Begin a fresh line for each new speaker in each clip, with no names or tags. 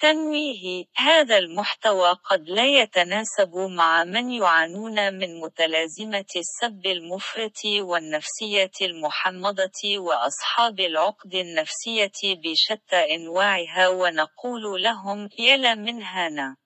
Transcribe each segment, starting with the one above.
تنويه هذا المحتوى قد لا يتناسب مع من يعانون من متلازمة السب المفرط والنفسية المحمضة وأصحاب العقد النفسية بشتى أنواعها ونقول لهم يلا من هنا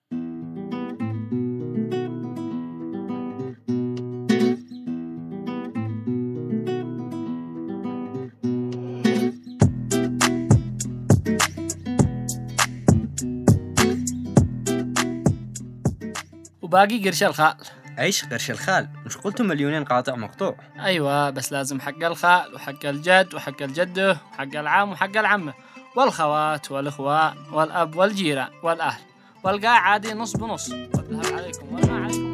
وباقي قرش الخال
عيش قرش الخال مش قلتوا مليونين قاطع مقطوع
أيوة بس لازم حق الخال وحق الجد وحق الجده وحق العم وحق العمة والخوات والإخوة والأب والجيران والأهل والقاع عادي نص بنص والذهب عليكم والما عليكم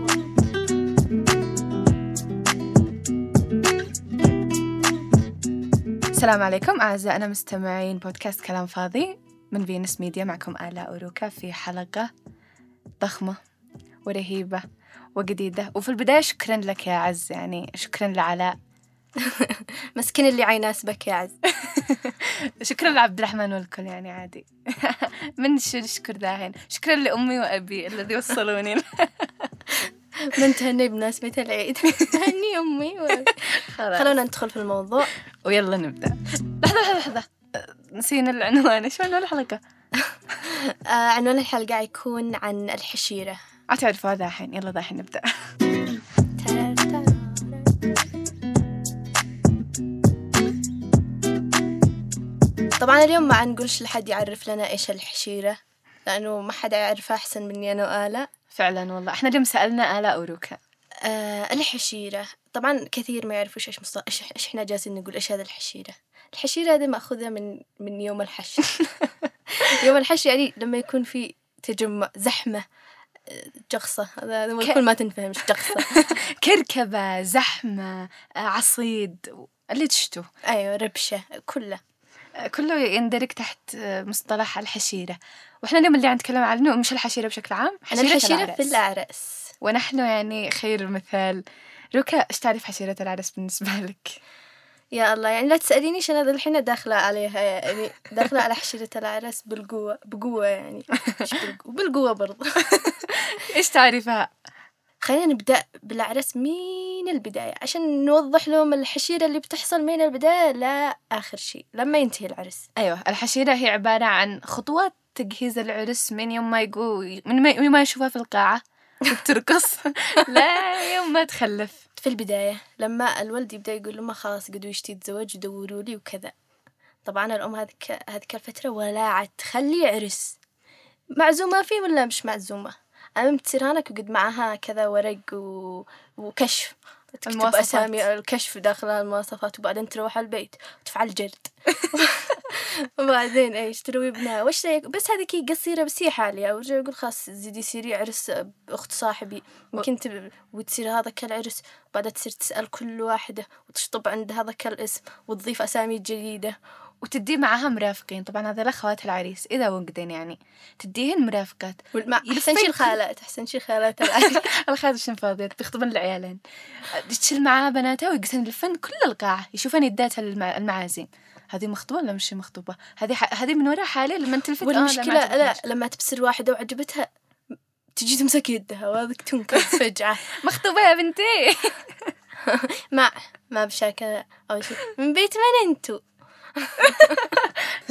السلام عليكم أعزائنا مستمعين بودكاست كلام فاضي من فينس ميديا معكم آلاء وروكا في حلقة ضخمة ورهيبة وجديدة وفي البداية شكرا لك يا عز يعني شكرا لعلاء
مسكين اللي عيناسبك يا عز
شكرا لعبد الرحمن والكل يعني عادي من شو نشكر داهن شكرا لأمي وأبي الذي وصلوني
من تهني بمناسبة العيد تهني أمي و...
خلاص
خلونا ندخل في الموضوع
ويلا نبدأ لحظة لحظة لحظة أه، نسينا العنوان ايش عنوان الحلقة؟
آه عنوان الحلقة عيكون عن الحشيرة
أتعرفوا هذا الحين يلا دحين نبدأ
طبعا اليوم ما نقولش لحد يعرف لنا إيش الحشيرة لأنه ما حدا يعرفها أحسن مني أنا وآلاء
فعلا والله احنا اليوم سألنا آلاء وروكا
آه الحشيرة طبعا كثير ما يعرفوش إيش مصطلح إيش إيش إحنا جالسين نقول إيش هذا الحشيرة الحشيرة هذه مأخوذة من من يوم الحش يوم الحش يعني لما يكون في تجمع زحمة آه، جغصة هذا هذا
ك-
كل ما تنفهمش جغصة
كركبة زحمة آه، عصيد اللي تشتو
ايوه ربشه كله
آه، كله يندرج تحت آه، مصطلح الحشيرة وإحنا اليوم اللي نتكلم عنه مش الحشيرة بشكل عام
انا
حشيرة
الحشيره
العرس.
في الاعراس
ونحن يعني خير مثال روكا إيش تعرف حشيرة العرس بالنسبة لك؟
يا الله يعني لا تسالينيش انا الحين داخله عليها يعني داخله على حشيره العرس بالقوه بقوه يعني مش بالقوة- بالقوه برضه
إيش تعرفها؟
خلينا نبدا بالعرس من البدايه عشان نوضح لهم الحشيره اللي بتحصل من البدايه لا اخر شيء لما ينتهي العرس
أيوه الحشيرة هي عبارة عن خطوات تجهيز العرس من يوم ما يقول من ما- يوم ما يشوفها في القاعة وبترقص لا يوم ما تخلف
في البدايه لما الولد يبدا يقول لامه خلاص قد وشتي يتزوج دوروا لي وكذا طبعا الام هذيك هذيك الفتره ولعت تخلي عرس معزومه فيه ولا مش معزومه المهم تصير هانك وقد معها كذا ورق و... وكشف تكتب
المواصفات.
اسامي الكشف داخل المواصفات وبعدين تروح على البيت وتفعل جرد وبعدين ايش تروي ابنها وش رأيك؟ بس هذيك هي قصيره بس هي حاليه ورجع يقول خلاص زيدي سيري عرس باخت صاحبي يمكن تب... وتصير هذاك العرس وبعدها تصير تسال كل واحده وتشطب عند هذاك الاسم وتضيف اسامي جديده
وتدي معاها مرافقين طبعا هذول أخوات العريس إذا وجدن يعني تديهن مرافقات
والمع... احسن شي
يلفين.
الخالات احسن شي الخالات الان
الخادش فاضيات بيخطبن العيالين تشيل معاها بناتها ويقسن الفن كل القاعة يشوفن يداتها المع... المعازيم هذه مخطوبة ولا مش مخطوبة هذه ح... هذه من وراء حالة لما تلفت آه، لا، ما
والمشكله لا
عجبتنيش.
لما تبصر واحده وعجبتها تجي تمسك يدها وهذيك تنكس فجعه
مخطوبة يا بنتي
مع ما بشكل أو شيء من بيت من أنتو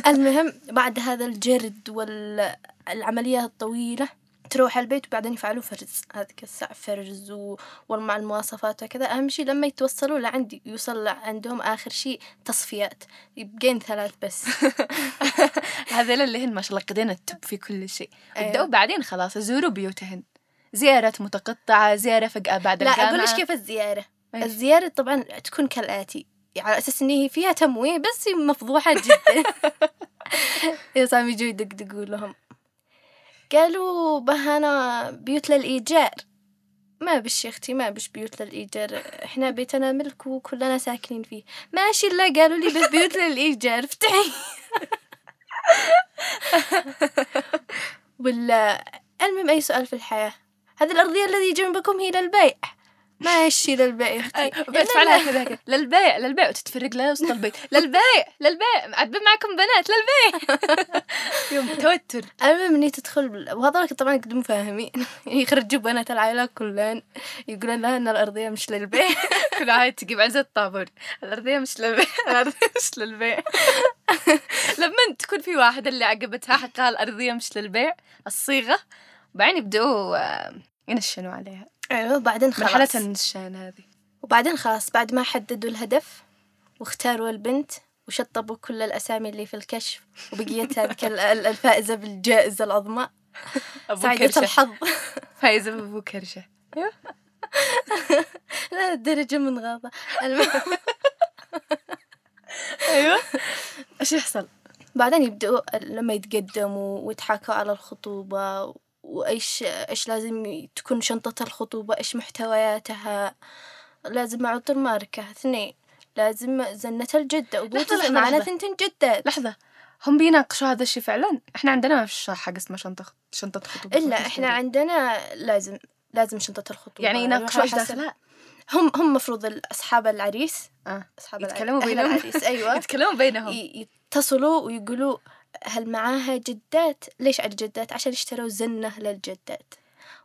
المهم بعد هذا الجرد والعملية الطويلة تروح على البيت وبعدين يفعلوا فرز هذيك الساعة فرز و... ومع المواصفات وكذا أهم شيء لما يتوصلوا لعندي يوصل عندهم آخر شيء تصفيات يبقين ثلاث بس
هذول اللي هن ما شاء الله قدين التب في كل شيء
أيوة.
وبدأوا بعدين خلاص زوروا بيوتهن زيارة متقطعة زيارة فجأة بعد
لا
الجامعة
أقول لك كيف الزيارة
إيش؟
الزيارة طبعا تكون كالآتي يعني على أساس إن هي فيها تمويه بس هي مفضوحة جدا يا سامي يجوا يدقدقوا لهم قالوا بهنا بيوت للإيجار ما بش يا أختي ما بش بيوت للإيجار إحنا بيتنا ملك وكلنا ساكنين فيه ماشي لا قالوا لي بس بيوت للإيجار افتحي ولا المهم أي سؤال في الحياة هذه الأرضية الذي جنبكم هي للبيع ماشي للبيع طيب،
بتفعلها كذا كذا للبيع للبيع وتتفرق لها وسط البيت للبيع للبيع عاد معكم بنات للبيع يوم توتر
المهم اني تدخل وهذول طبعا قد مفاهمين يعني يخرجوا بنات العائله كلهن يقولون لها ان الارضيه مش للبيع
كل عاد تجيب عزة الطابور الأرضية مش للبيع الأرضية مش للبيع لما تكون في واحدة اللي عقبتها حقها الأرضية مش للبيع الصيغة بعدين يبدأوا آه، ينشنوا عليها
ايوه بعدين خلاص
مرحلة النشان هذه
وبعدين خلاص بعد ما حددوا الهدف واختاروا البنت وشطبوا كل الأسامي اللي في الكشف وبقيت هذيك ال- ال- الفائزة بالجائزة العظمى
أبو
سعيدة
كرشة
الحظ
فايزة بأبو كرشة
لا الدرجة من غاضة الم-
أيوة إيش يحصل؟
بعدين يبدأوا لما يتقدموا ويتحاكوا على الخطوبة وإيش إيش لازم تكون شنطة الخطوبة إيش محتوياتها لازم عطر ماركة اثنين لازم زنة الجدة
لحظة،
وبوتس
لحظة،
معنا
لحظة.
ثنتين جدات
لحظة هم بيناقشوا هذا الشيء فعلا احنا عندنا ما فيش حاجة اسمها شنطة شنطة خطوبة
الا احنا عندنا لازم لازم شنطة الخطوبة
يعني يناقشوا
يروحوا
ايش
على حسب-
داخلها
هم هم مفروض اصحاب العريس
آه.
اصحاب
يتكلموا
العريس- أهل
بينهم.
العريس ايوه
يتكلمون بينهم
ي- يتصلوا ويقولوا هل معاها جدات ليش على الجدات عشان اشتروا زنة للجدات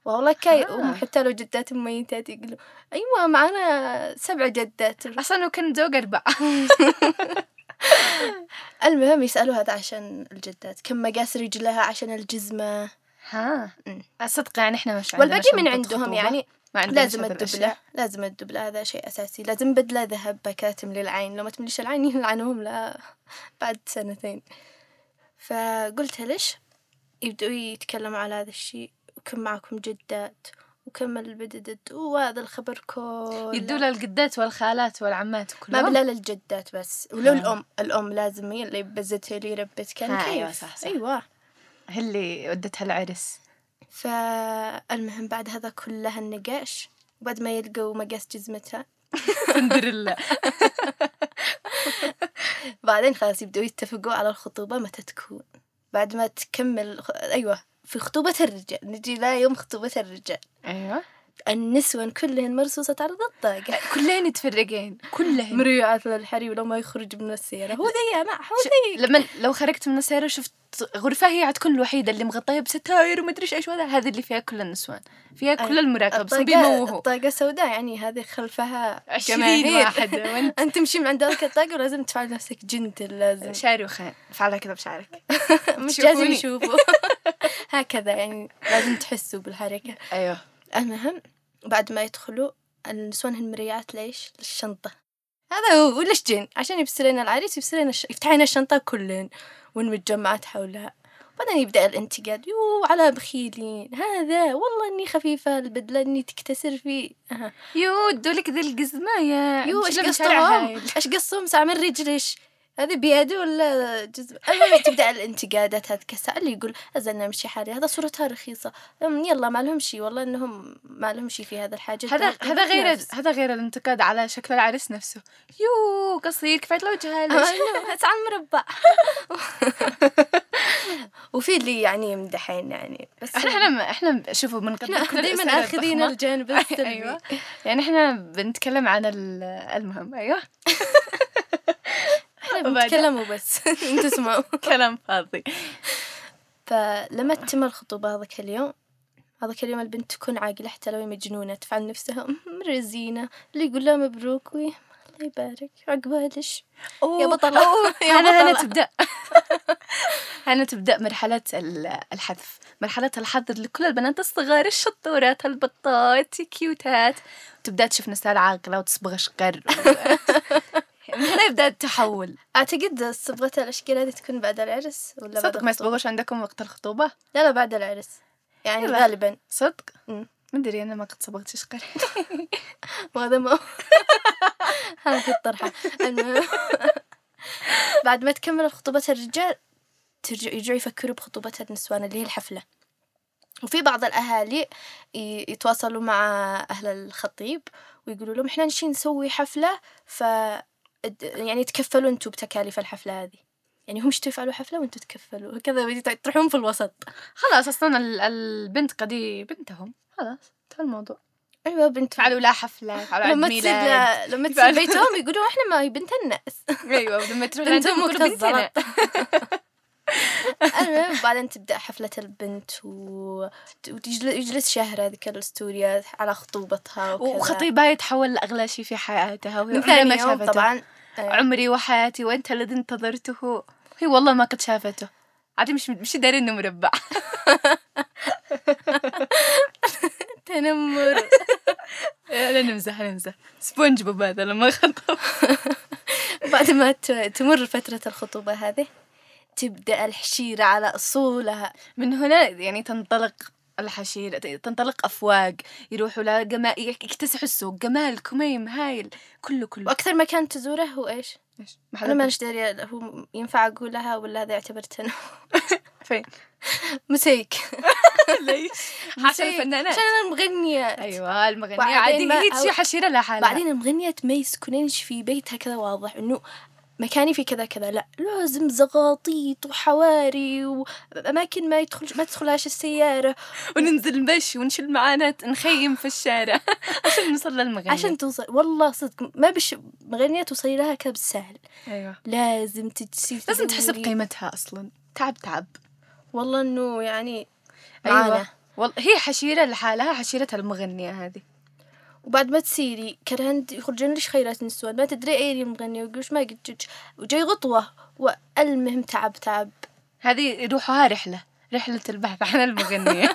والله كي
آه.
وحتى لو جدات مميتات يقولوا ايوه معانا سبع جدات
اصلا لو كان ذوق اربعه
المهم يسألوا هذا عشان الجدات كم مقاس رجلها عشان الجزمة
ها
أمم.
صدق يعني احنا مش عندنا
والباقي من
شنطة
عندهم
خطوبة.
يعني
ما عندناش
لازم
هذه
الدبلة
الأشياء.
لازم الدبلة هذا شيء أساسي لازم بدلة ذهب بكاتم للعين لو ما تمليش العين يلعنهم لا بعد سنتين فقلت ليش يبدأوا يتكلموا على هذا الشيء وكم معكم جدات وكم البددد وهذا الخبر كله
يدوا للجدات والخالات والعمات
ما
كلهم
بلا للجدات بس ولو
آه.
الأم الأم لازم هي اللي بزت هي اللي ربت كان
آه،
كيف
أيوة، صح، صح.
أيوة
هي اللي ودتها العرس
فالمهم بعد هذا كله النقاش وبعد ما يلقوا مقاس جزمتها
سندريلا
بعدين خلاص يبدأوا يتفقوا على الخطوبة متى تكون بعد ما تكمل خ- أيوة في خطوبة الرجال نجي لا يوم خطوبة الرجال
ايوة
النسوان كلهن مرصوصة على الطاقة
كلهن يتفرقين كلهن
مريعة للحريم لو ما يخرج من السيارة هو ذي أنا هو ذي
لما لو خرجت من السيارة وشفت غرفة هي عتكون الوحيدة اللي مغطية بستاير ومدري ايش وهذا هذه اللي فيها كل النسوان فيها كل
أي.
المراقب بس
الطاقة
بيموهوا
الطاقة سوداء يعني هذه خلفها
20
جماهير.
واحدة وانت
أنت تمشي من عند ذلك الطاقة ولازم تفعل نفسك جنتل لازم
شاروخان فعلها كذا بشعرك
مش
تشوفوني.
لازم يشوفوا هكذا يعني لازم تحسوا بالحركة
ايوه
المهم بعد ما يدخلوا النسوان هن مريات ليش؟ للشنطة هذا هو وليش جن عشان يبصر لنا العريس يبصر لنا الش... يفتح لنا الشنطة كلن ونمتجمعات حولها بعدين يبدأ الانتقاد يو على بخيلين هذا والله اني خفيفة البدلة اني تكتسر فيه أها.
يو دولك ذي القزمة يا
يو
مش
ايش
لابس شعرها
قصهم
هاي.
ايش قصهم سامر رجلش هذا بيد ولا جزء المهم تبدا الانتقادات هذا كسا اللي يقول ازلنا امشي حالي هذا صورتها رخيصه أم يلا ما لهم شيء والله انهم ما لهم شيء في هذا الحاجه
هذا
دول-
هذا
دول
غير
نفس.
هذا غير الانتقاد على شكل العرس نفسه أه، يو قصير كفايه لو
أما
جهل
إنه بس على المربع وفي اللي يعني يمدحين يعني بس
احنا ما احنا شوفوا من قبل
احنا
كل
دائما
الأسئلة
اخذين
الضخمة.
الجانب السلبي
ايوه يعني احنا بنتكلم عن ال- المهم ايوه
احنا
وبعدين-
بنتكلم وبس انتوا اسمعوا
كلام فاضي آه.
فلما تتم الخطوبة هذاك اليوم هذاك اليوم البنت تكون عاقلة حتى لو هي مجنونة تفعل نفسها أم رزينة اللي يقول لها مبروك وي الله يبارك عقبالش يا بطلة يا
هنا هنا
بطلة.
تبدا هنا تبدا مرحله ال- الحذف مرحله الحظر لكل البنات الصغار الشطورات البطات الكيوتات تبدا تشوف نسال عاقله وتصبغ اشقر و- من هنا يبدا التحول
أعتقد صبغة الأشكال هذه تكون بعد العرس ولا بعد
صدق ما
الخطوبة؟
يصبغوش عندكم وقت الخطوبه
لا لا بعد العرس يعني
يلا.
غالبا
صدق
مم.
مدري انا ما قد صبغت اشقر
وهذا ما هذه الطرحة المهم بعد ما تكمل خطوبة الرجال ترجع يرجعوا يفكروا بخطوبة النسوان اللي هي الحفلة وفي بعض الأهالي ي- يتواصلوا مع أهل الخطيب ويقولوا لهم إحنا نشي نسوي حفلة ف اد- يعني تكفلوا أنتوا بتكاليف الحفلة هذه يعني هم شتوا يفعلوا حفلة وأنتوا تكفلوا هكذا بدي تع- تروحون في الوسط
خلاص اصلا ال- البنت قدي بنتهم خلاص انتهى الموضوع
ايوه بنت
إيه؟ فعلوا لا حفلة فعلوا
لما
عيد
تصير
ميلاد
لا- لما تصير
فعلا.
بيتهم يقولوا احنا ما هي بنت الناس
ايوه لما تروح
بنت
لعندهم
امك
يقولوا بنتنا
كذلت المهم بعدين تبدا حفله البنت و... وتجل- يجلس شهر هذيك الستوريا على خطوبتها وكذا.
وخطيبها يتحول لأغلى شيء في حياتها وهي
من
عمرها ما
ثاني يوم
شافته
طبعا
عمري وحياتي وأنت الذي انتظرته هي والله ما قد شافته عادي مش مش داري انه مربع
تنمر
لا نمزح نمزح سبونج بوب هذا لما خطب
بعد ما ت... تمر فتره الخطوبه هذه تبدا الحشيره على اصولها
من هنا يعني تنطلق الحشيرة تنطلق أفواج يروحوا لجمال يكتسحوا السوق جمال كميم هايل كله كله
واكثر مكان تزوره هو ايش؟
إيش؟
انا ما داري هو ينفع اقولها ولا هذا يعتبر تنمر
فين
مسيك
ليش عشان
مسيك.
الفنانات
عشان انا مغنيه
ايوه المغنية
بعدين
عادي
ما-
هي تشي
أو-
حشيرة لحالها
بعدين المغنية تميز كونينش في بيتها كذا واضح انه مكاني في كذا كذا لا لازم زغاطيط وحواري واماكن ما يدخل ما تدخلهاش السياره
وننزل نمشي ونشيل معانا نخيم في الشارع عشان نوصل للمغنية
عشان توصل والله صدق ما بش مغنية توصلي لها كذا بالسهل
ايوه
لازم تجسي
لازم تحس
تدوري.
بقيمتها أصلا تعب تعب
والله انه يعني
أيوة
معانا.
والله هي حشيرة لحالها حشيرة المغنية هذه
وبعد ما تسيري كرهنت يخرجون ليش خيرات نسوان ما تدري ايه المغنية وقوش ما قد جج وجاي غطوة والمهم تعب تعب
هذه يروحوها رحلة رحلة البحث عن المغنية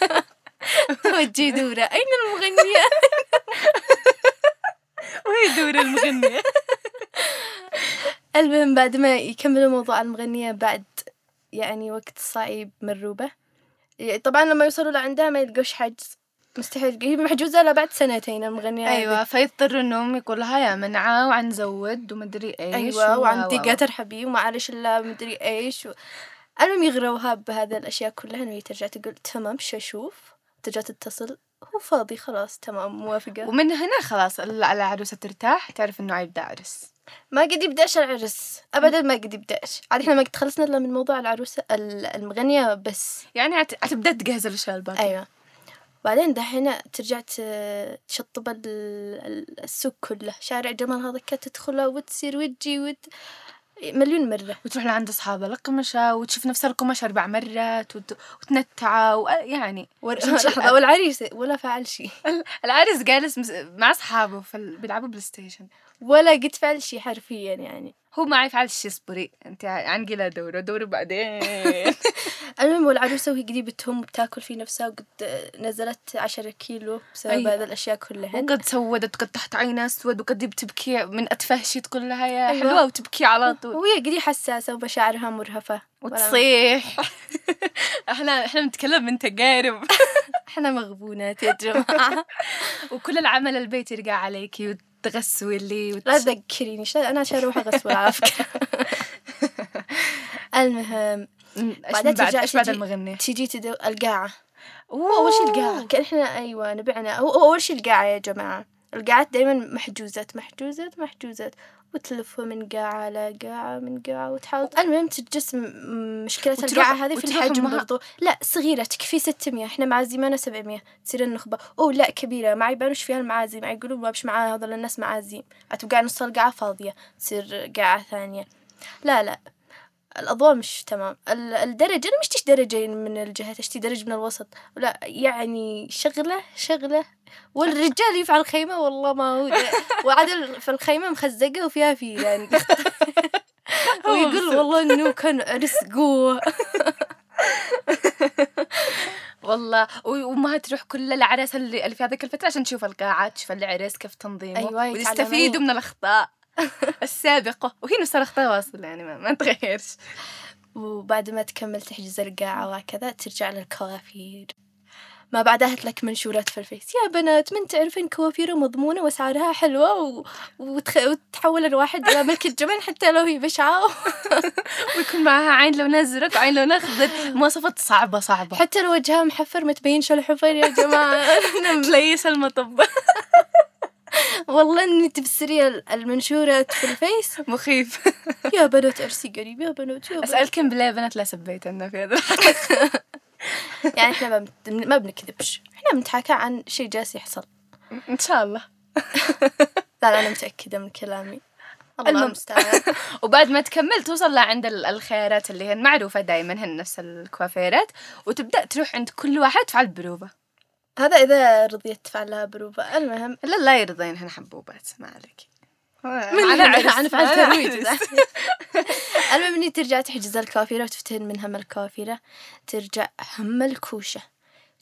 وتجي دورة اين المغنية
وهي دور المغنية
المهم بعد ما يكملوا موضوع المغنية بعد يعني وقت صعيب مرروبة يعني طبعا لما يوصلوا لعندها ما يلقوش حجز مستحيل هي محجوزة لها بعد سنتين المغنية هذه.
أيوة فيضطر إنهم يقول لها يا منعة وعنزود ومدري إيش
أيوة
و-
وعندي
و- و-
ترحبي ومعلش إلا مدري إيش و... المهم يغروها بهذا الأشياء كلها إنه هي ترجع تقول تمام شو أشوف ترجع تتصل هو فاضي خلاص تمام موافقة
ومن هنا خلاص ال- العروسة ترتاح تعرف إنه عيب ده عرس
ما قد يبدأش العرس أبدا ما قد يبدأش عاد إحنا ما قد خلصنا إلا من موضوع العروسة ال- المغنية بس
يعني عت- عتبدأ تجهز الأشياء الباقية
ايوه بعدين دحين ترجع ت- تشطب ال- ال- السوق كله شارع جمال هذاك تدخله وتصير وتجي وت... مليون مرة
وتروح لعند أصحابها القمشة وتشوف نفس القمش أربع مرات وت... يعني وتنتعة ويعني
لحظة والعريس ولا فعل شيء
العرس جالس مس- مع أصحابه في ال... بيلعبوا بلاي ستيشن
ولا قد فعل شيء حرفيا يعني
هو ما يفعل شي اصبري انت عنقي لا دوره دوره بعدين
المهم والعروسة وهي قريبتهم بتاكل في نفسها وقد نزلت عشرة كيلو بسبب
أيوة.
هذا الأشياء كلها
وقد سودت وقد تحت عينها اسود وقد بتبكي من اتفه شي تقول لها يا
أيوة.
حلوه وتبكي على طول
وهي قدي حساسة ومشاعرها مرهفة ولا-
وتصيح احنا احنا بنتكلم من تجارب
احنا مغبونات يا جماعة
وكل العمل البيت يرجع عليكي وتغسوي اللي وتش...
لا تذكريني شا- أنا عشان أروح أغسل على فكرة المهم
مم، إيش
بعدين
من بعد
ترجع
ايش بعد
تجي-
المغني
تيجي تدو القاعة
هو
هو أول
آه.
شي القاعة كان إحنا أيوة نبعنا هو هو أول شي القاعة يا جماعة القاعات دايما محجوزات محجوزات محجوزات وتلفوا من قاعة على قاعة من قاعة وتحاول المهم تجس م- مشكلة
وتروح-
القاعة هذه في
وتروح
الحجم
معها.
برضو لا صغيرة تكفي 600 إحنا معازيمنا 700 تصير النخبة أوه لا كبيرة ما يبانوش فيها المعازيم يقولوا ما بش معاها هذول الناس معازيم أتوقع نص القاعة فاضية تصير قاعة ثانية لا لا الأضواء مش تمام ال- الدرجة أنا مش تشتي درجة من الجهة تشتي درج من الوسط لا يعني شغلة شغله والرجال يفعل الخيمة والله ما هو ده. وعاد في الخيمة مخزقة وفيها فيل يعني ويقول والله انه كان رزقوه
والله و- وامها تروح كل العرس اللي اللي في هذيك الفتره عشان تشوف القاعه تشوف العرس كيف تنظيمه
أيوة، يتعلمين.
ويستفيدوا من الاخطاء السابقه وهي نفس الاخطاء واصله يعني ما, ما تغيرش
وبعد ما تكمل تحجز القاعة وهكذا ترجع للكوافير ما بعدها لك منشورات في الفيس يا بنات من تعرفين كوافير مضمونة وأسعارها حلوة و... وتخ... وتحول الواحد إلى ملك الجبل حتى لو هي بشعة
ويكون معاها عين لونها ازرق وعين لونها اخضر مواصفات صعبه صعبه
حتى لو وجهها محفر ما تبينش الحفر يا جماعة
تليس المطب
والله اني تبصري ال- المنشورات في الفيس
مخيف
يا بنات ارسي قريب يا بنات يا بنات
اسالكم بالله يا بنات لا سبيت عنا في هذا
يعني احنا ما, بنت... ما بنكذبش احنا بنتحاكى عن شيء جالس يحصل
إن شاء الله
لا لا أنا متأكدة من كلامي الله
المهم.
المستعان
وبعد ما تكمل توصل لعند ال- الخيارات اللي هن معروفة دايما هن نفس الكوافيرات وتبدأ تروح عند كل واحد تفعل بروبة
هذا إذا رضيت تفعل لها بروبة المهم
لا لا يرضينهن حبوبات ما عليك
من
آه، أنا
هنا
عرس،
أنا فعلت
أنا
ترويج
عرس.
ذا. المهم إني ترجع تحجز الكافيرة وتفتهن من هم الكافيرة ترجع هم الكوشة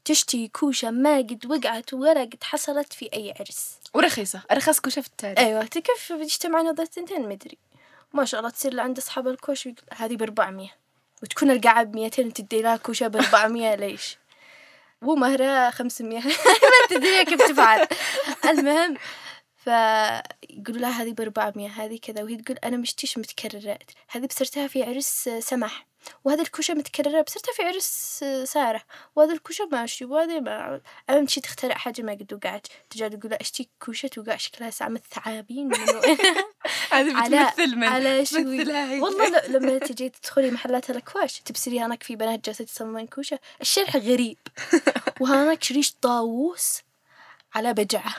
تشتي كوشة ما قد وقعت ولا قد حصلت في أي عرس
ورخيصة أرخص كوشة في التاريخ
أيوة كيف بيجتمعن هذا الثنتين مدري ما شاء الله تصير لعند أصحاب الكوش ويقول هذه ب 400 وتكون القاعة ب 200 وتدي لها كوشة ب 400 ليش؟ ومهرها 500 ما تدري هي كيف تفعل المهم فيقولوا لها هذه ب 400 هذه كذا وهي تقول انا مشتيش متكرره هذه بصرتها في عرس سمح وهذه الكوشه متكرره بصرتها في عرس ساره وهذا الكوشه ماشي وهذه ما انا مشي تخترع حاجه ما قد وقعت ترجع تقول لها اشتي كوشه توقع شكلها سامة ثعابين من وين
هذه
على-
بتمثل من
على شوي
مثلها هي.
والله لا لما تجي تدخلي محلات الاكواش تبصري هناك في بنات جالسه تصمم كوشه الشرح غريب وهناك ريش طاووس على بجعه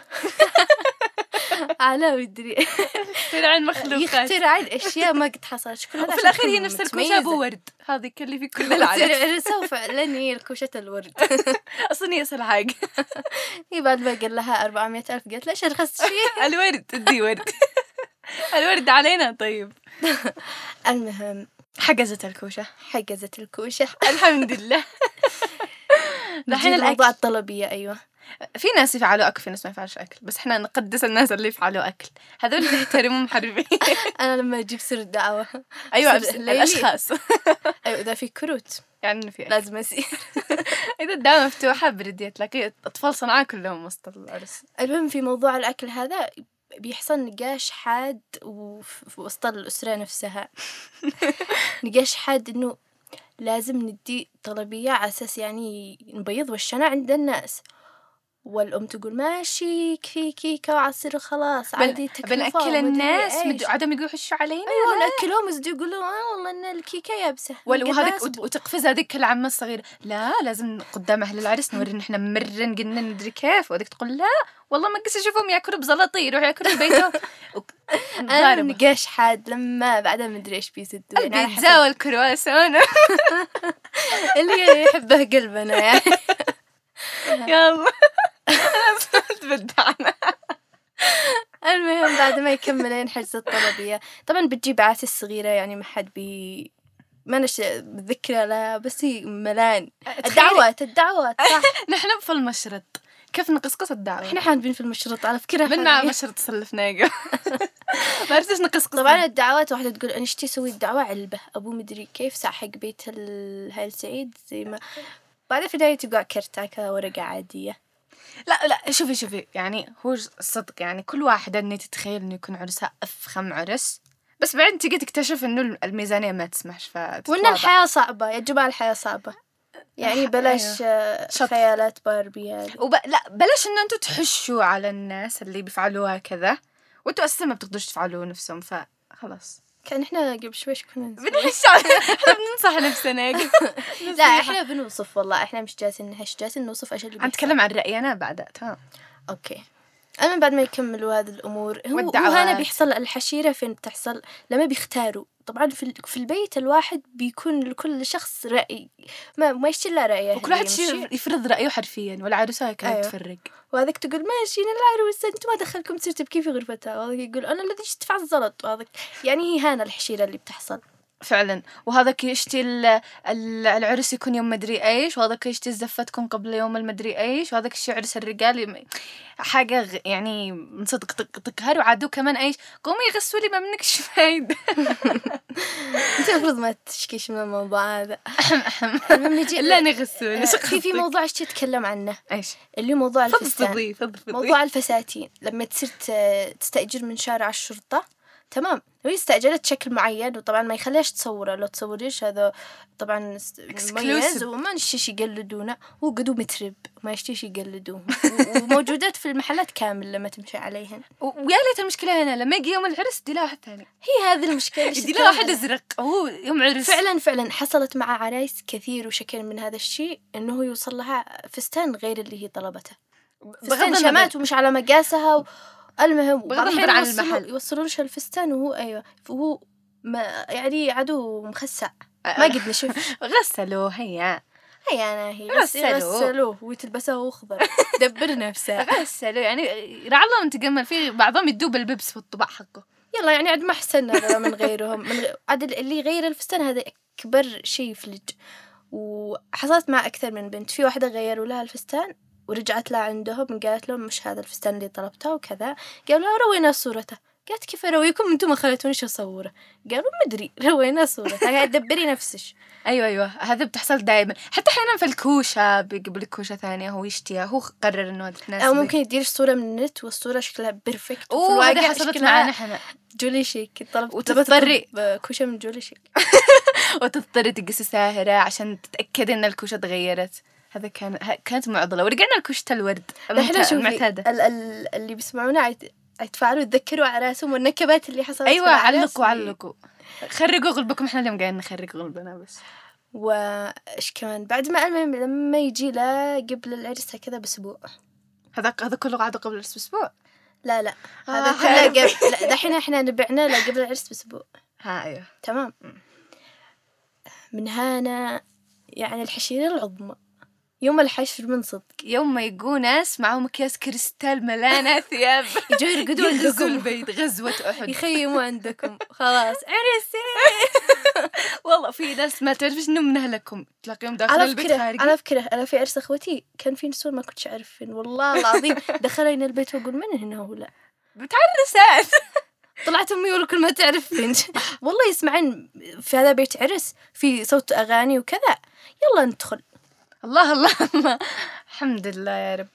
على مدري
طلع مخلوقات
يخترع الاشياء ما قد حصلت كلها
وفي
عشان
الاخير هي
تكون
نفس
متميزة.
الكوشة ابو ورد هذه كل اللي في كل العالم
تصير سوف لن هي الكوشة الورد
اصلا هي سلحاق
هي بعد ما قال لها 400 ألف قالت ليش رخصت شيء
الورد ادي ورد الورد علينا طيب
المهم
حجزت الكوشة
حجزت الكوشة
الحمد لله
الحين
الحين
الأوضاع
الاكل
الطلبية أيوة
في ناس يفعلوا اكل في ناس ما يفعلوش اكل بس احنا نقدس الناس اللي يفعلوا اكل هذول اللي يحترموا محرمين
أنا لما أجيب سر الدعوة
ايوه
سر ليلي.
الاشخاص
أيوة إذا في كروت
يعني في أكل.
لازم أسير
اذا الدعوه مفتوحه بردية تلاقي اطفال صنعاء كلهم وسط العرس
المهم في موضوع الأكل هذا بيحصل نقاش حاد وفي وسط الأسرة نفسها نقاش حاد إنه لازم ندي طلبية على أساس يعني نبيض وشنا عند الناس والأم تقول ماشي كفي كيكة وعصير خلاص عادي تكلفة
بناكل
ومدري
الناس
إيش.
مد- عدم يقحشوا علينا
ايوه ناكلهم يزدوا يقولوا اه والله ان الكيكه يابسه
وال-
نقعد
وهذيك
ناس
وت- وتقفز هذيك العمه الصغيره لا لازم قدام اهل العرس نوري ان احنا مرن قلنا ندري كيف وهذيك تقول لا والله ما قص اشوفهم ياكلوا بزلطي يروحوا ياكلوا بيتهم
انا نقاش حاد لما بعدها ما ادري ايش بيسدوا يعني على
البيتزا
حسب
والكرواسون
اللي يحبه قلبنا يعني
يلا بدعنا
المهم بعد ما يكملين حجز الطلبيه طبعا بتجيب عاسه صغيره يعني ما حد بي ما انا متذكره لها بس هي ملان الدعوات الدعوات صح
نحن في المشرط كيف نقصقص الدعوة
احنا حانبين في المشرط على فكره
من مع
حالياً.
مشرط سلفنا يقول. ما عرفت ايش نقصقص
طبعا الدعوات واحدة تقول أنا اشتي سوي الدعوة علبة أبو مدري كيف ساحق بيت ال- هاي السعيد زي ما بعدين في النهاية تقع كرتاكة ورقة عادية
لا لا شوفي شوفي يعني هو الصدق يعني كل واحدة اني تتخيل انه يكون عرسها افخم عرس بس بعدين تجي تكتشف انه الميزانية ما تسمحش
وإن الحياة صعبة يا جماعة الحياة صعبة يعني
الح- أيوه.
بلاش آه،
شط.
خيالات باربي هذه
وب... لا بلاش ان انتم تحشوا على الناس اللي بيفعلوها كذا وانتوا اساسا ما بتقدروش تفعلوا نفسهم فخلاص
كان احنا قبل شوي ايش كنا نسوي؟
بنحش على- احنا بننصح نفسنا
لا احنا بنوصف والله احنا مش جالسين نهش جالسين نوصف ايش اللي بيحصل.
نتكلم عن رأينا بعدها تمام
اوكي المهم بعد ما يكملوا هذه الامور هو
والدعوات.
وهنا بيحصل الحشيره فين بتحصل لما بيختاروا طبعا في ال- في البيت الواحد بيكون لكل شخص راي ما ما يشتي الا رايه
وكل واحد
إيه، هي
يشير-
ماشي؟
يفرض رأيه حرفيا والعروسة هكذا
أيوة.
تفرق
وهذاك تقول ماشي انا العروسه انتم ما دخلكم تصير تبكي في غرفتها وهذاك يقول انا الذي ادفع الزلط وهذاك يعني هي هانا الحشيره اللي بتحصل
فعلا وهذاك يشتي ال- ال- العرس يكون يوم مدري ايش وهذاك يشتي الزفة تكون قبل يوم المدري ايش وهذاك الشيء عرس الرجال يم- حاجة غ- يعني من صدق تق- تقهر وعدو كمان ايش قومي غسوا لي ما منك شفايد
انت المفروض ما تشكيش من الموضوع هذا المهم نجي
لا نغسوا
آه، في في موضوع ايش تتكلم عنه
ايش
اللي هو موضوع الفستان
فضفضي فضفضي
موضوع الفساتين لما تصير ت- تستأجر من شارع الشرطة تمام لو هي استأجرت شكل معين وطبعا ما يخليهاش تصوره لو تصوريش هذا طبعا است- مميز
Exclusive.
وما نشتيش يقلدونه وقدو مترب ما يشتيش يقلدوه و- وموجودات في المحلات كامل لما تمشي عليهن
و- ويا ليت المشكلة هنا لما يجي يوم العرس دي لها واحد ثاني
هي هذه المشكلة اللي
دي لها واحد
شفتها.
ازرق هو يوم عرس
فعلا فعلا حصلت مع عرايس كثير وشكل من هذا الشيء انه يوصل لها فستان غير اللي هي طلبته
بغض
فستان
النظر
شمات ومش على مقاسها و... المهم
بغض
وبعض
النظر
الحين
عن
يوصلوا-
المحل.
يوصلونش الفستان وهو ايوه وهو ما يعني عدو مخسع
أه،
ما قد نشوف
غسلوا هيا
هي انا هي بس
غسلوه.
غسلوه وتلبسه اخضر دبر نفسه
غسلوا يعني لعلهم تقمل فيه بعضهم يدوب الببس في الطباع حقه
يلا يعني عاد ما احسننا ذولا من غيرهم من غ... عاد اللي يغير الفستان هذا اكبر شيء يفلج وحصلت مع اكثر من بنت في واحده غيروا لها الفستان ورجعت لها عندهم قالت لهم مش هذا الفستان اللي طلبته وكذا قالوا لها روينا صورته قالت كيف ارويكم انتم ما خليتونيش اصوره قالوا مدري روينا صورته قالت دبري نفسك
ايوه ايوه هذا بتحصل دائما حتى احيانا في الكوشه بيقبل كوشه ثانيه هو يشتيها هو قرر انه هذا تناسبه
او ممكن يدير صوره من النت والصوره شكلها بيرفكت وفي
اوه
الواقع
هذه حصلت
شكلها
معنا احنا
جولي شيك طلبت
وتضطري-
طلبت كوشه من جولي شيك
وتضطري تقيسي ساهره عشان تتاكدي ان الكوشه تغيرت هذا كان ه- كانت معضله ورجعنا لكوشه الورد
نحن
المعت-
شوفي
المعتاده
ال- ال- اللي بيسمعونا عيت- يتفاعلوا يتذكروا عراسهم والنكبات اللي حصلت
ايوه
في الأعراس
علقوا علقوا خرجوا غلبكم احنا اللي مقاعدين نخرج غلبنا بس
وايش كمان بعد ما المهم لما يجي لا قبل العرس كذا باسبوع
هذا هذا كله قعدوا قبل اسبوع
لا لا هذا
آه،
كله
حلو.
قبل لا، دحين احنا نبعنا لا قبل العرس باسبوع
ها ايوه
تمام من هنا يعني الحشيرة العظمى يوم الحشر من صدق
يوم ما يقوا ناس معاهم اكياس كريستال ملانه ثياب
يجوا يرقدوا
يغزوا
عندكم
البيت غزوه احد
يخيموا عندكم خلاص عرسي
والله في ناس ما تعرف انه من اهلكم تلاقيهم داخل
على
البيت
فكرة
خارجين
على فكرة أنا في عرس أخوتي كان في نسور ما كنتش أعرف فين والله العظيم دخلين البيت وأقول من هنا ولا
ساعات
طلعت أمي ولا كل ما تعرف فين والله يسمعين في هذا بيت عرس في صوت أغاني وكذا يلا ندخل
الله الله الله الحمد لله يا رب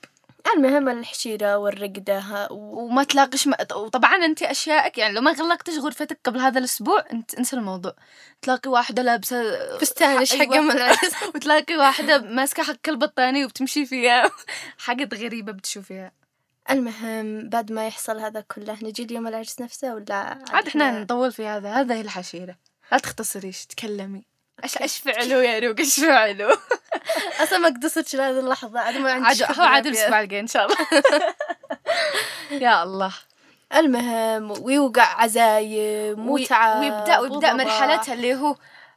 المهم الحشيرة والرقدة ها- و-
وما تلاقيش ما... وطبعا انت اشيائك يعني لو ما غلقتش غرفتك قبل هذا الاسبوع انت انسى الموضوع تلاقي واحده لابسه
فستان إيش
أيوة.
حق أم العرس
وتلاقي واحده ماسكه حق البطانيه وبتمشي فيها حاجات غريبه بتشوفيها
المهم بعد ما يحصل هذا كله نجي اليوم العرس نفسه ولا
عاد احنا نطول في هذا هذا هي الحشيره لا تختصريش تكلمي ايش ايش فعلوا يا روك ايش فعلوا
أصلا ما قدرتش لهذه اللحظة عاد ما عندي
عاد هو عاد الاسبوع الجاي ان شاء الله يا الله
المهم ويوقع عزايم وتعب
ويبدا ويبدا
وضباب.
مرحلتها اللي هو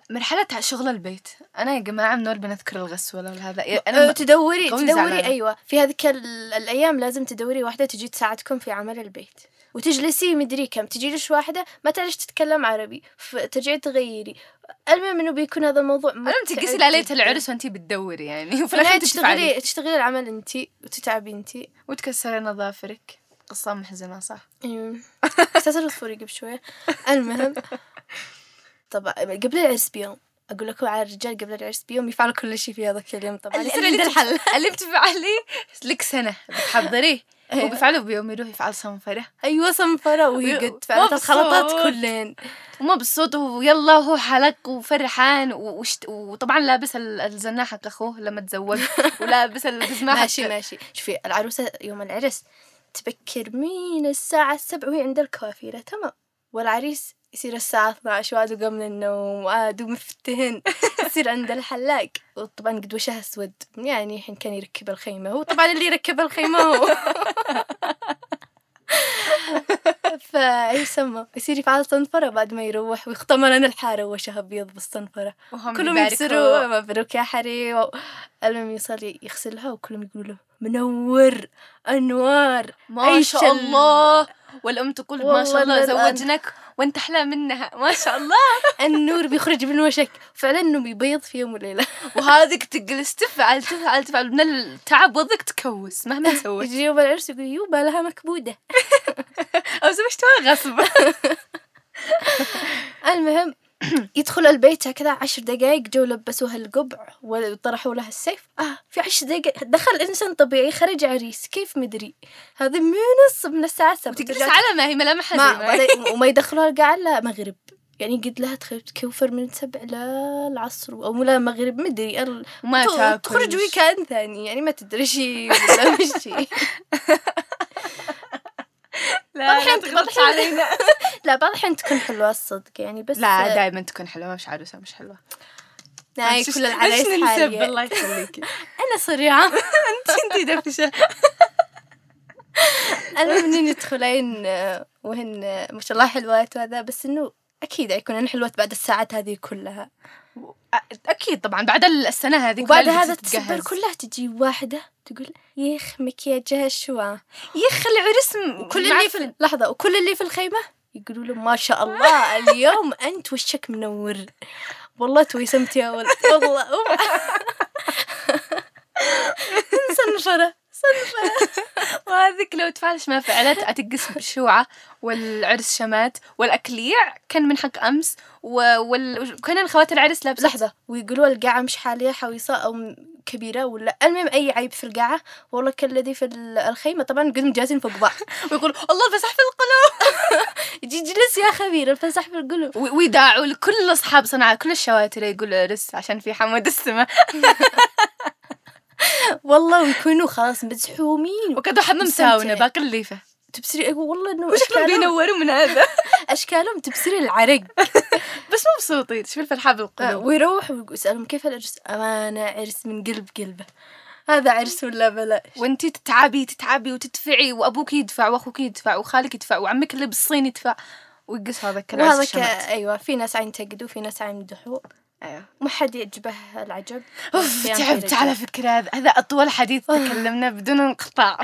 مرحلتها شغل البيت انا يا جماعه من وين بنذكر الغسوله ولا هذا يا-
أنا
انا
أه، تدوري
قوي
تدوري
زعلانة.
ايوه في هذيك ال- الايام لازم تدوري واحده تجي تساعدكم في عمل البيت وتجلسي مدري كم تجي لك واحده ما تعرفش تتكلم عربي فترجعي تغيري المهم انه بيكون هذا الموضوع
المهم أه، تقيسي ليله العرس وانتي بتدوري يعني وفي الاخير
فلا
تشتغلي
تشتغلي تشتغلي العمل انت وتتعبي انت
وتكسرين اظافرك قصه محزنه صح
أمم. استاذ الفوري قبل شويه المهم طبعا قبل العرس بيوم اقول لكم على الرجال قبل العرس بيوم يفعلوا كل شيء في هذاك اليوم طبعا يصير عنده الحل
اللي بتفعليه لك سنه بتحضريه هو بيفعله بيوم يروح يفعل صنفره
ايوه صنفره وهي
وي-
قد فعلت
مبسوط.
الخلطات كلهن
وما بالصوت ويلا هو حلق وفرحان و- وشت... وطبعا لابس ال- الزناحه حق اخوه لما تزوج ولابس الجزمه حق-
ماشي ماشي شوفي العروسة يوم العرس تبكر من الساعة السبعة وهي عند الكوافيرة تمام والعريس يصير الساعة 12 وعاد قام من النوم وعاد مفتهن يصير عند الحلاق وطبعا قد وشه اسود يعني الحين كان يركب الخيمة هو طبعا اللي ركب الخيمة هو فايش سمى يصير يفعل صنفرة بعد ما يروح ويختمر لنا الحارة وشه ابيض بالصنفرة
وهم
كلهم
يباركوا.
يكسروا مبروك يا حري و- المهم يصلي يغسلها وكلهم يقولوا له منور انوار
ما
عيش
شاء
ال-
الله والام تقول ما شاء
والله
الله
للآن.
زوجناك وانت احلى منها ما شاء الله
النور بيخرج من وشك فعلا انه بيبيض في يوم وليله
وهذيك تجلس تفعل تفعل تفعل من التعب وضك تكوس مهما سويت
يجي يوم العرس يقول يوبا لها مكبوده
او سمشتوها غصب
المهم يدخل البيت كذا عشر دقايق جو لبسوها القبع وطرحوا لها السيف اه في عشر دقايق دخل انسان طبيعي خرج عريس كيف مدري هذا من نص من الساعه 7
وتجلس على ما هي ملامحها
ما
زي ما هي.
بعدين- وما يدخلوها القاعة لا مغرب يعني قد لها تخ- تكوفر من سبع لا العصر او لا مغرب مدري ال-
وما
ت-
تاكل
تخرج ويكاند ثاني يعني ما تدري شيء ولا مشي
لا
الحين
الحين تغلط
تغلط
علينا
لا بعض الحين تكون حلوة الصدق يعني بس
لا دائما تكون حلوه مش عروسه مش حلوه
ناي
شفت-
كل العرايس
ليش ننسب
حالية
الله يخليك
انا صريعة
انت دفشه
المهم انهم يدخلين آه، وهن آه، ما شاء الله حلوات وهذا بس انه اكيد حيكونن حلوات بعد الساعات هذه كلها
اكيد طبعا بعد السنه هذه
وبعد
كلها
هذا
البنت
التسبر
تتجهز.
كلها تجي واحدة تقول يخ مكياجها شوا
يخ العرس م-
وكل
مع-
اللي في ال- لحظة وكل اللي في الخيمة يقولوا له ما شاء الله اليوم أنت وشك منور والله تويسمت يا ولد والله صنفرة
وهذيك لو تفعلش ما فعلت اتقس بالشوعة والعرس شمات والأكليع كان من حق أمس و- وال... وكان خوات العرس لابسة
لحظة ويقولوا القاعة مش حالية حويصة أو م- كبيرة ولا المهم أي عيب في القاعة والله كالذي في ال- الخيمة طبعا قدم جالسين فوق بعض
ويقول الله الفسح في القلوب
يجي جلس يا خبير الفسح في القلوب
و- ويداعوا لكل أصحاب صنعاء كل الشواتر يقول عرس عشان في حمد السما
والله ويكونوا خلاص مزحومين
وكذا حمام
مستمتع.
ساونا باقي الليفة
تبصري أيوة والله انه
وشكلهم
اشكالهم
بينوروا من هذا
اشكالهم تبصري العرق
بس مبسوطين شوف الفرحة
آه،
بالقلوب
ويروح ويسألهم كيف العرس أمانة عرس من قلب قلبه هذا عرس ولا بلاش
وانتي تتعبي تتعبي وتدفعي وابوك يدفع واخوك يدفع وخالك يدفع وعمك اللي بالصين يدفع ويقص هذا كل
وهذا
عرس
ك... أيوة في ناس عينتقدوا في ناس عيمدحوا
ايوه
ما حد يعجبه العجب
اوف
يعني
تعبت
رجع.
على فكرة هذا هذا أطول حديث تكلمنا بدون انقطاع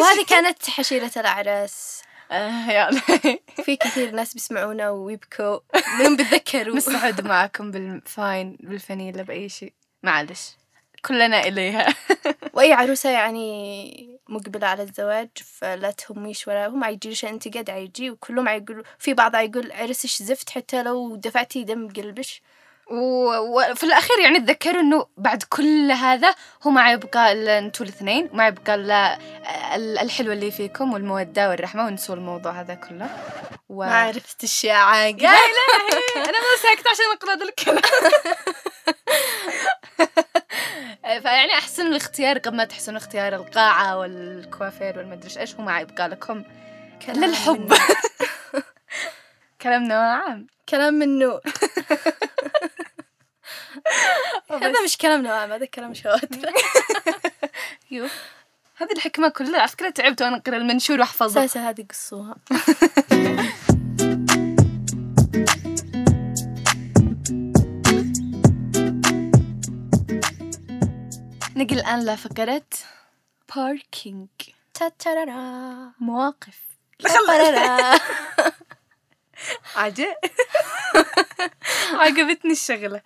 وهذه كانت حشيرة الأعراس
آه، يلا
في كثير ناس بيسمعونا ويبكوا منهم بتذكروا
مستعد معكم بالفاين بالفنيلة بأي شيء معلش كلنا إليها
وأي عروسة يعني مقبلة على الزواج فلا تهميش ولا هم عيجيش انتقاد عيجي وكلهم عيقولوا في بعض عيقول عرسش زفت حتى لو دفعتي دم قلبش
و- وفي الأخير يعني تذكروا إنه بعد كل هذا هو ما يبقى إلا أنتوا الاثنين ما يبقى إلا ال- الحلوة اللي فيكم والمودة والرحمة وانسوا الموضوع هذا كله و...
ما عرفتش يا عاقل
يا إلهي أنا ما ساكتة عشان أقرأ هذا الكلام فيعني أحسن الاختيار قبل ما تحسن اختيار القاعة والكوافير والمدري إيش هو ما يبقى لكم
كلام
للحب.
من-
كلام نوعا عام
كلام منه هذا مش كلام نوام هذا كلام شواطر
يو هذه الحكمة كلها على فكرة تعبت وأنا أقرأ المنشور وأحفظه
أساسا هذه قصوها
نجي الآن لفقرة باركينج
تاترارا
مواقف
تاترارا.
عجب عجبتني الشغلة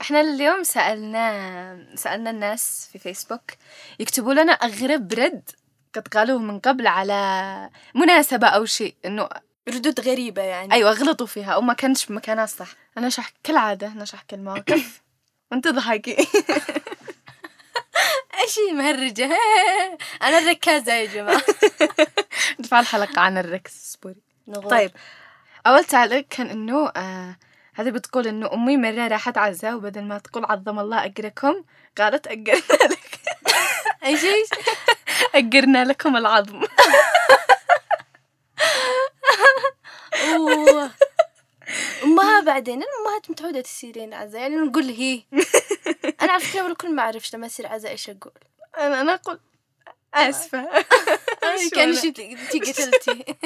احنا اليوم سألنا سألنا الناس في فيسبوك يكتبوا لنا أغرب رد قد قالوه من قبل على مناسبة أو شيء إنه
ردود غريبة يعني
أيوة غلطوا فيها أو ما كانش بمكانها الصح أنا شح كالعادة أنا شحكي المواقف وأنت ضحكي
ايش مهرجة أنا الركازة يا جماعة
نفعل حلقة عن الركس اصبري
نغور.
طيب أول تعليق كان إنه آه هذه بتقول إنه أمي مرة راحت عزة وبدل ما تقول عظم الله أجركم قالت أجرنا لك
ايش ايش
أجرنا لكم العظم
أوه. أمها بعدين الأمهات متعودة تصيرين عزة يعني نقول هي أنا على فكرة بالكل ما أعرفش لما أصير عزة إيش أقول
أنا أنا أقول آسفة شو
كان
أنا؟
شي تي قتلتي
يعني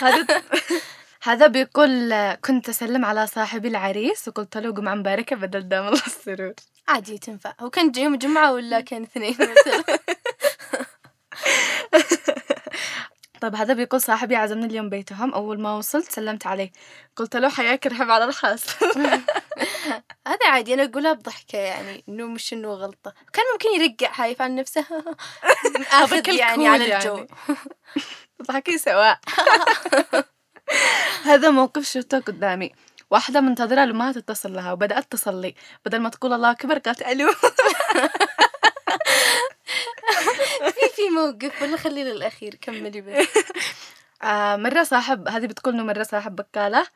هذا هذا بيقول آه، كنت أسلم على صاحبي العريس وقلت له قم عن باركة بدل دام الله السرور
عادي تنفع هو كان يوم جمعة ولا كان اثنين مثلا
طيب هذا بيقول صاحبي عزمني اليوم بيتهم أول ما وصلت سلمت عليه قلت له حياك رحب على الخاص
هذا عادي أنا أقولها بضحكة يعني إنه مش إنه غلطة كان ممكن يرقع حايف عن نفسه آخذ
بكل
يعني
cool
على الجو
يعني. ضحكي سواء هذا موقف شفته قدامي واحدة منتظرة لما تتصل لها وبدأت تصلي بدل ما تقول الله أكبر قالت ألو
في في موقف ولا خليه للأخير كملي بس
آه مرة صاحب هذه بتقول إنه مرة صاحب بقالة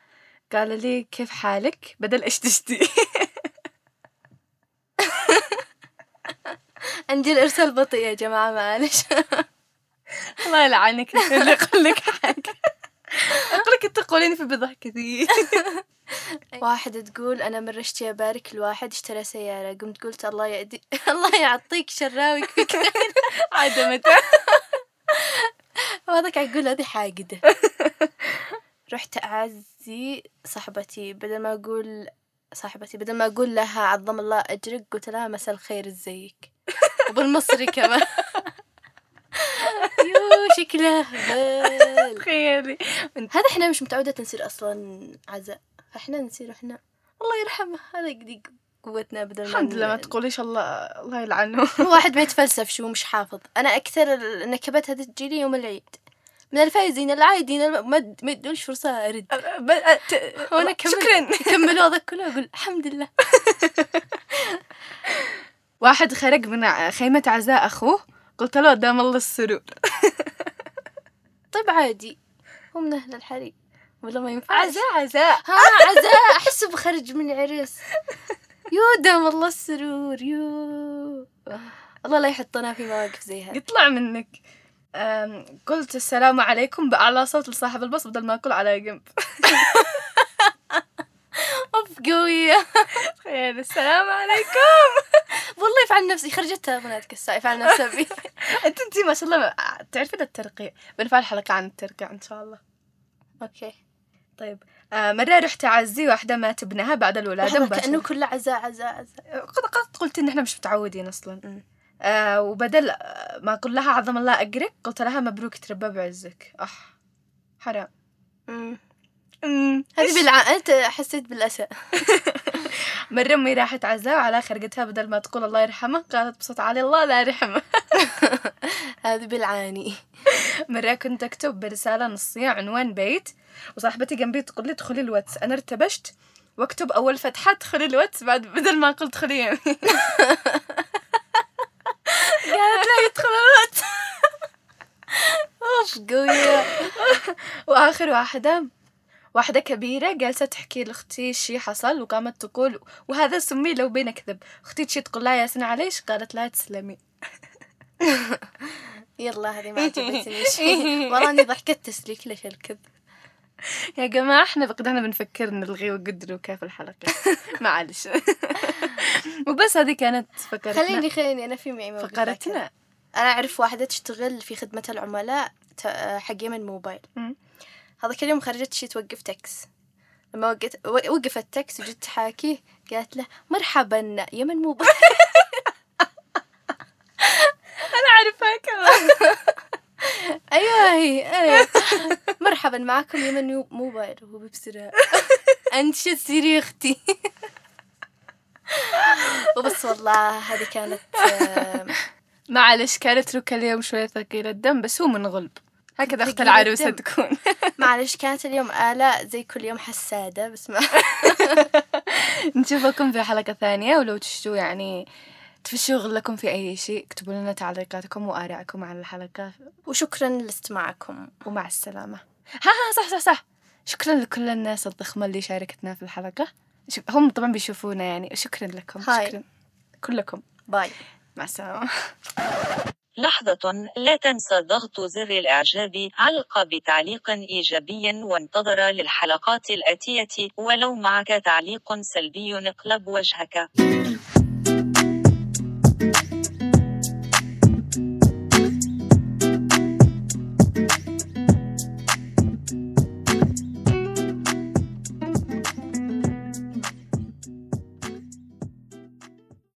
قال لي كيف حالك بدل إيش تشتي
عندي الإرسال بطيء يا جماعة معلش
الله يلعنك أنت اللي أقول لك حاجة أقول لك أنت تقولين في بضح كثير
واحدة تقول أنا مرة اشتي أبارك الواحد اشترى سيارة قمت قلت الله يأدي الله يعطيك شراوي يكفيك
عاد متى
وهذاك أقول هذه حاقدة رحت أعزي صاحبتي بدل ما أقول صاحبتي بدل ما أقول لها عظم الله أجرك قلت لها مساء الخير ازيك وبالمصري كمان يو شكله هبل
تخيلي
هذا احنا مش متعودة نصير اصلا عزاء فاحنا نصير احنا الله يرحمه هذا قد قوتنا بدل
الحمد لله ما تقوليش الله الله يلعنه
واحد ما يتفلسف شو مش حافظ انا اكثر النكبات هذه تجيني يوم العيد من الفايزين العايدين الم- ما د- ما يدونش فرصه ارد وانا كمل
شكراً.
كملوا هذا كله اقول الحمد لله
واحد خرج من خيمة عزاء أخوه قلت له دام الله السرور
طيب عادي هو من اهل الحريم ولا ما ينفع
عزاء
ها عزاء احسه بخرج من عرس يو دام الله السرور يو الله لا يحطنا في مواقف زي هذه
يطلع منك أم، قلت السلام عليكم بأعلى صوت لصاحب الباص بدل ما أكل على جنب
اوف قوية
تخيل السلام عليكم
والله يفعل نفسي خرجتها بنات كساء يفعل نفسه بي
أنت أنت ما شاء الله تعرفين الترقيع بنفعل حلقة عن الترقيع إن شاء الله
اوكي
طيب آه، مرة رحت أعزي واحدة مات ابنها بعد الولادة
لحظة
مباشرة
كأنه كله عزاء عزاء عزاء
قد قد قلت إن إحنا مش متعودين أصلا
أمم.
آه وبدل آه، ما أقول لها عظم الله أجرك قلت لها مبروك تربى بعزك أح حرام أمم،
هذه بالعائد حسيت بالأسى
مرة أمي راحت عزاء على خرقتها بدل ما تقول الله يرحمه قالت بصوت عالي الله لا يرحمه
هذه بالعاني
مرة كنت أكتب برسالة نصية عنوان بيت وصاحبتي جنبي تقول لي ادخلي الواتس أنا ارتبشت واكتب أول فتحة ادخلي الواتس بعد بدل ما قلت يعني." ادخلي يمين قالت لا يدخل الواتس
اوف قوية
وآخر واحدة واحدة كبيرة جالسة تحكي لأختي شي حصل وقامت تقول وهذا سمي لو بنكذب أختي تشي تقول لا ياسين عليش قالت لا تسلمي
يلا هذه ما عجبتني شيء والله اني ضحكت تسليك ليش الكذب
يا جماعة احنا بقدرنا بنفكر نلغي وقدروا كيف الحلقة معلش وبس هذه كانت فكرتنا
خليني خليني انا في معي موقف أكثر.
فقرتنا
انا اعرف واحده تشتغل في خدمه العملاء ت- حق يمن موبايل
مم.
هذاك اليوم خرجت شي توقف تاكس لما وقت و- وقف التاكس وجيت حاكيه قالت له مرحبا يمن موبايل
انا اعرفها كمان
ايوه هي أيوة. مرحبا معكم يمن يو- موبايل وهو بيبسرها انت شو تصيري يا اختي وبس والله هذه كانت آه،
معلش كانت روكا اليوم شوية ثقيلة الدم بس هو من غلب هكذا اخت
ثقيلة
العروسة
الدم.
تكون
معلش كانت اليوم آلاء زي كل يوم حسادة بس ما
نشوفكم في حلقة ثانية ولو تشتوا يعني تفشوا غلكم في اي شيء اكتبوا لنا تعليقاتكم وارائكم على الحلقة
وشكرا لاستماعكم
ومع السلامة ها ها صح صح صح شكرا لكل الناس الضخمة اللي شاركتنا في الحلقة شك- هم طبعا بيشوفونا يعني شكرا لكم
هاي.
شكرا كلكم
باي
مع السلامة
لحظة لا تنسى ضغط زر الإعجاب علق بتعليق إيجابي وانتظر للحلقات الآتية ولو معك تعليق سلبي اقلب وجهك